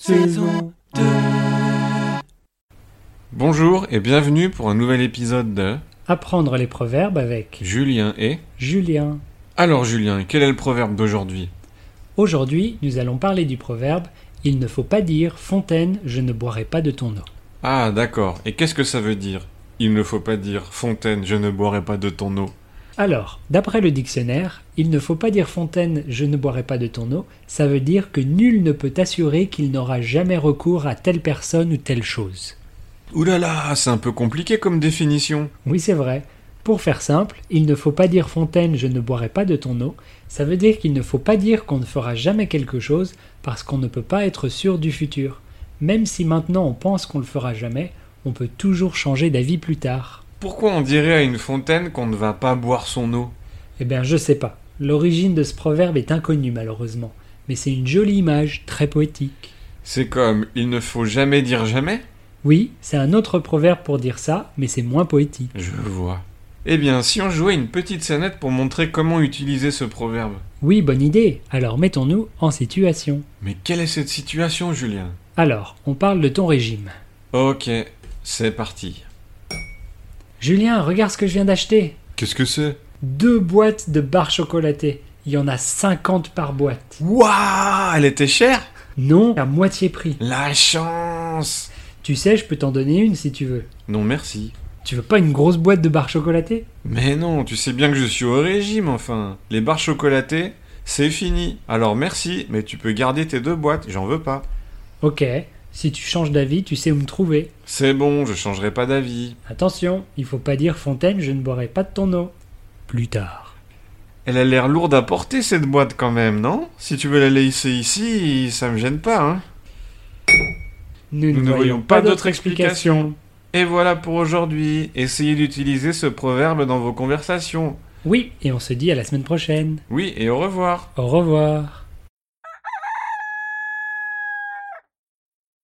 saison 2. Bonjour et bienvenue pour un nouvel épisode de Apprendre les proverbes avec Julien et... Julien. Alors Julien, quel est le proverbe d'aujourd'hui Aujourd'hui, nous allons parler du proverbe Il ne faut pas dire Fontaine, je ne boirai pas de ton eau. Ah d'accord, et qu'est-ce que ça veut dire Il ne faut pas dire Fontaine, je ne boirai pas de ton eau. Alors, d'après le dictionnaire, il ne faut pas dire Fontaine, je ne boirai pas de ton eau, ça veut dire que nul ne peut assurer qu'il n'aura jamais recours à telle personne ou telle chose. Ouh là là, c'est un peu compliqué comme définition. Oui, c'est vrai. Pour faire simple, il ne faut pas dire Fontaine, je ne boirai pas de ton eau, ça veut dire qu'il ne faut pas dire qu'on ne fera jamais quelque chose parce qu'on ne peut pas être sûr du futur. Même si maintenant on pense qu'on le fera jamais, on peut toujours changer d'avis plus tard. Pourquoi on dirait à une fontaine qu'on ne va pas boire son eau Eh bien, je sais pas. L'origine de ce proverbe est inconnue malheureusement, mais c'est une jolie image, très poétique. C'est comme Il ne faut jamais dire jamais Oui, c'est un autre proverbe pour dire ça, mais c'est moins poétique. Je vois. Eh bien, si on jouait une petite scénette pour montrer comment utiliser ce proverbe. Oui, bonne idée. Alors mettons-nous en situation. Mais quelle est cette situation, Julien Alors, on parle de ton régime. Ok, c'est parti. Julien, regarde ce que je viens d'acheter. Qu'est-ce que c'est Deux boîtes de barres chocolatées. Il y en a 50 par boîte. Waouh Elle était chère Non, à moitié prix. La chance Tu sais, je peux t'en donner une si tu veux. Non, merci. Tu veux pas une grosse boîte de barres chocolatées Mais non, tu sais bien que je suis au régime, enfin. Les barres chocolatées, c'est fini. Alors merci, mais tu peux garder tes deux boîtes, j'en veux pas. Ok, si tu changes d'avis, tu sais où me trouver. C'est bon, je changerai pas d'avis. Attention, il faut pas dire Fontaine, je ne boirai pas de ton eau. Plus tard. Elle a l'air lourde à porter, cette boîte, quand même, non Si tu veux la laisser ici, ça me gêne pas, hein. Nous, ne voyons pas d'autre explication. Et voilà pour aujourd'hui. Essayez d'utiliser ce proverbe dans vos conversations. Oui, et on se dit à la semaine prochaine. Oui, et au revoir. Au revoir.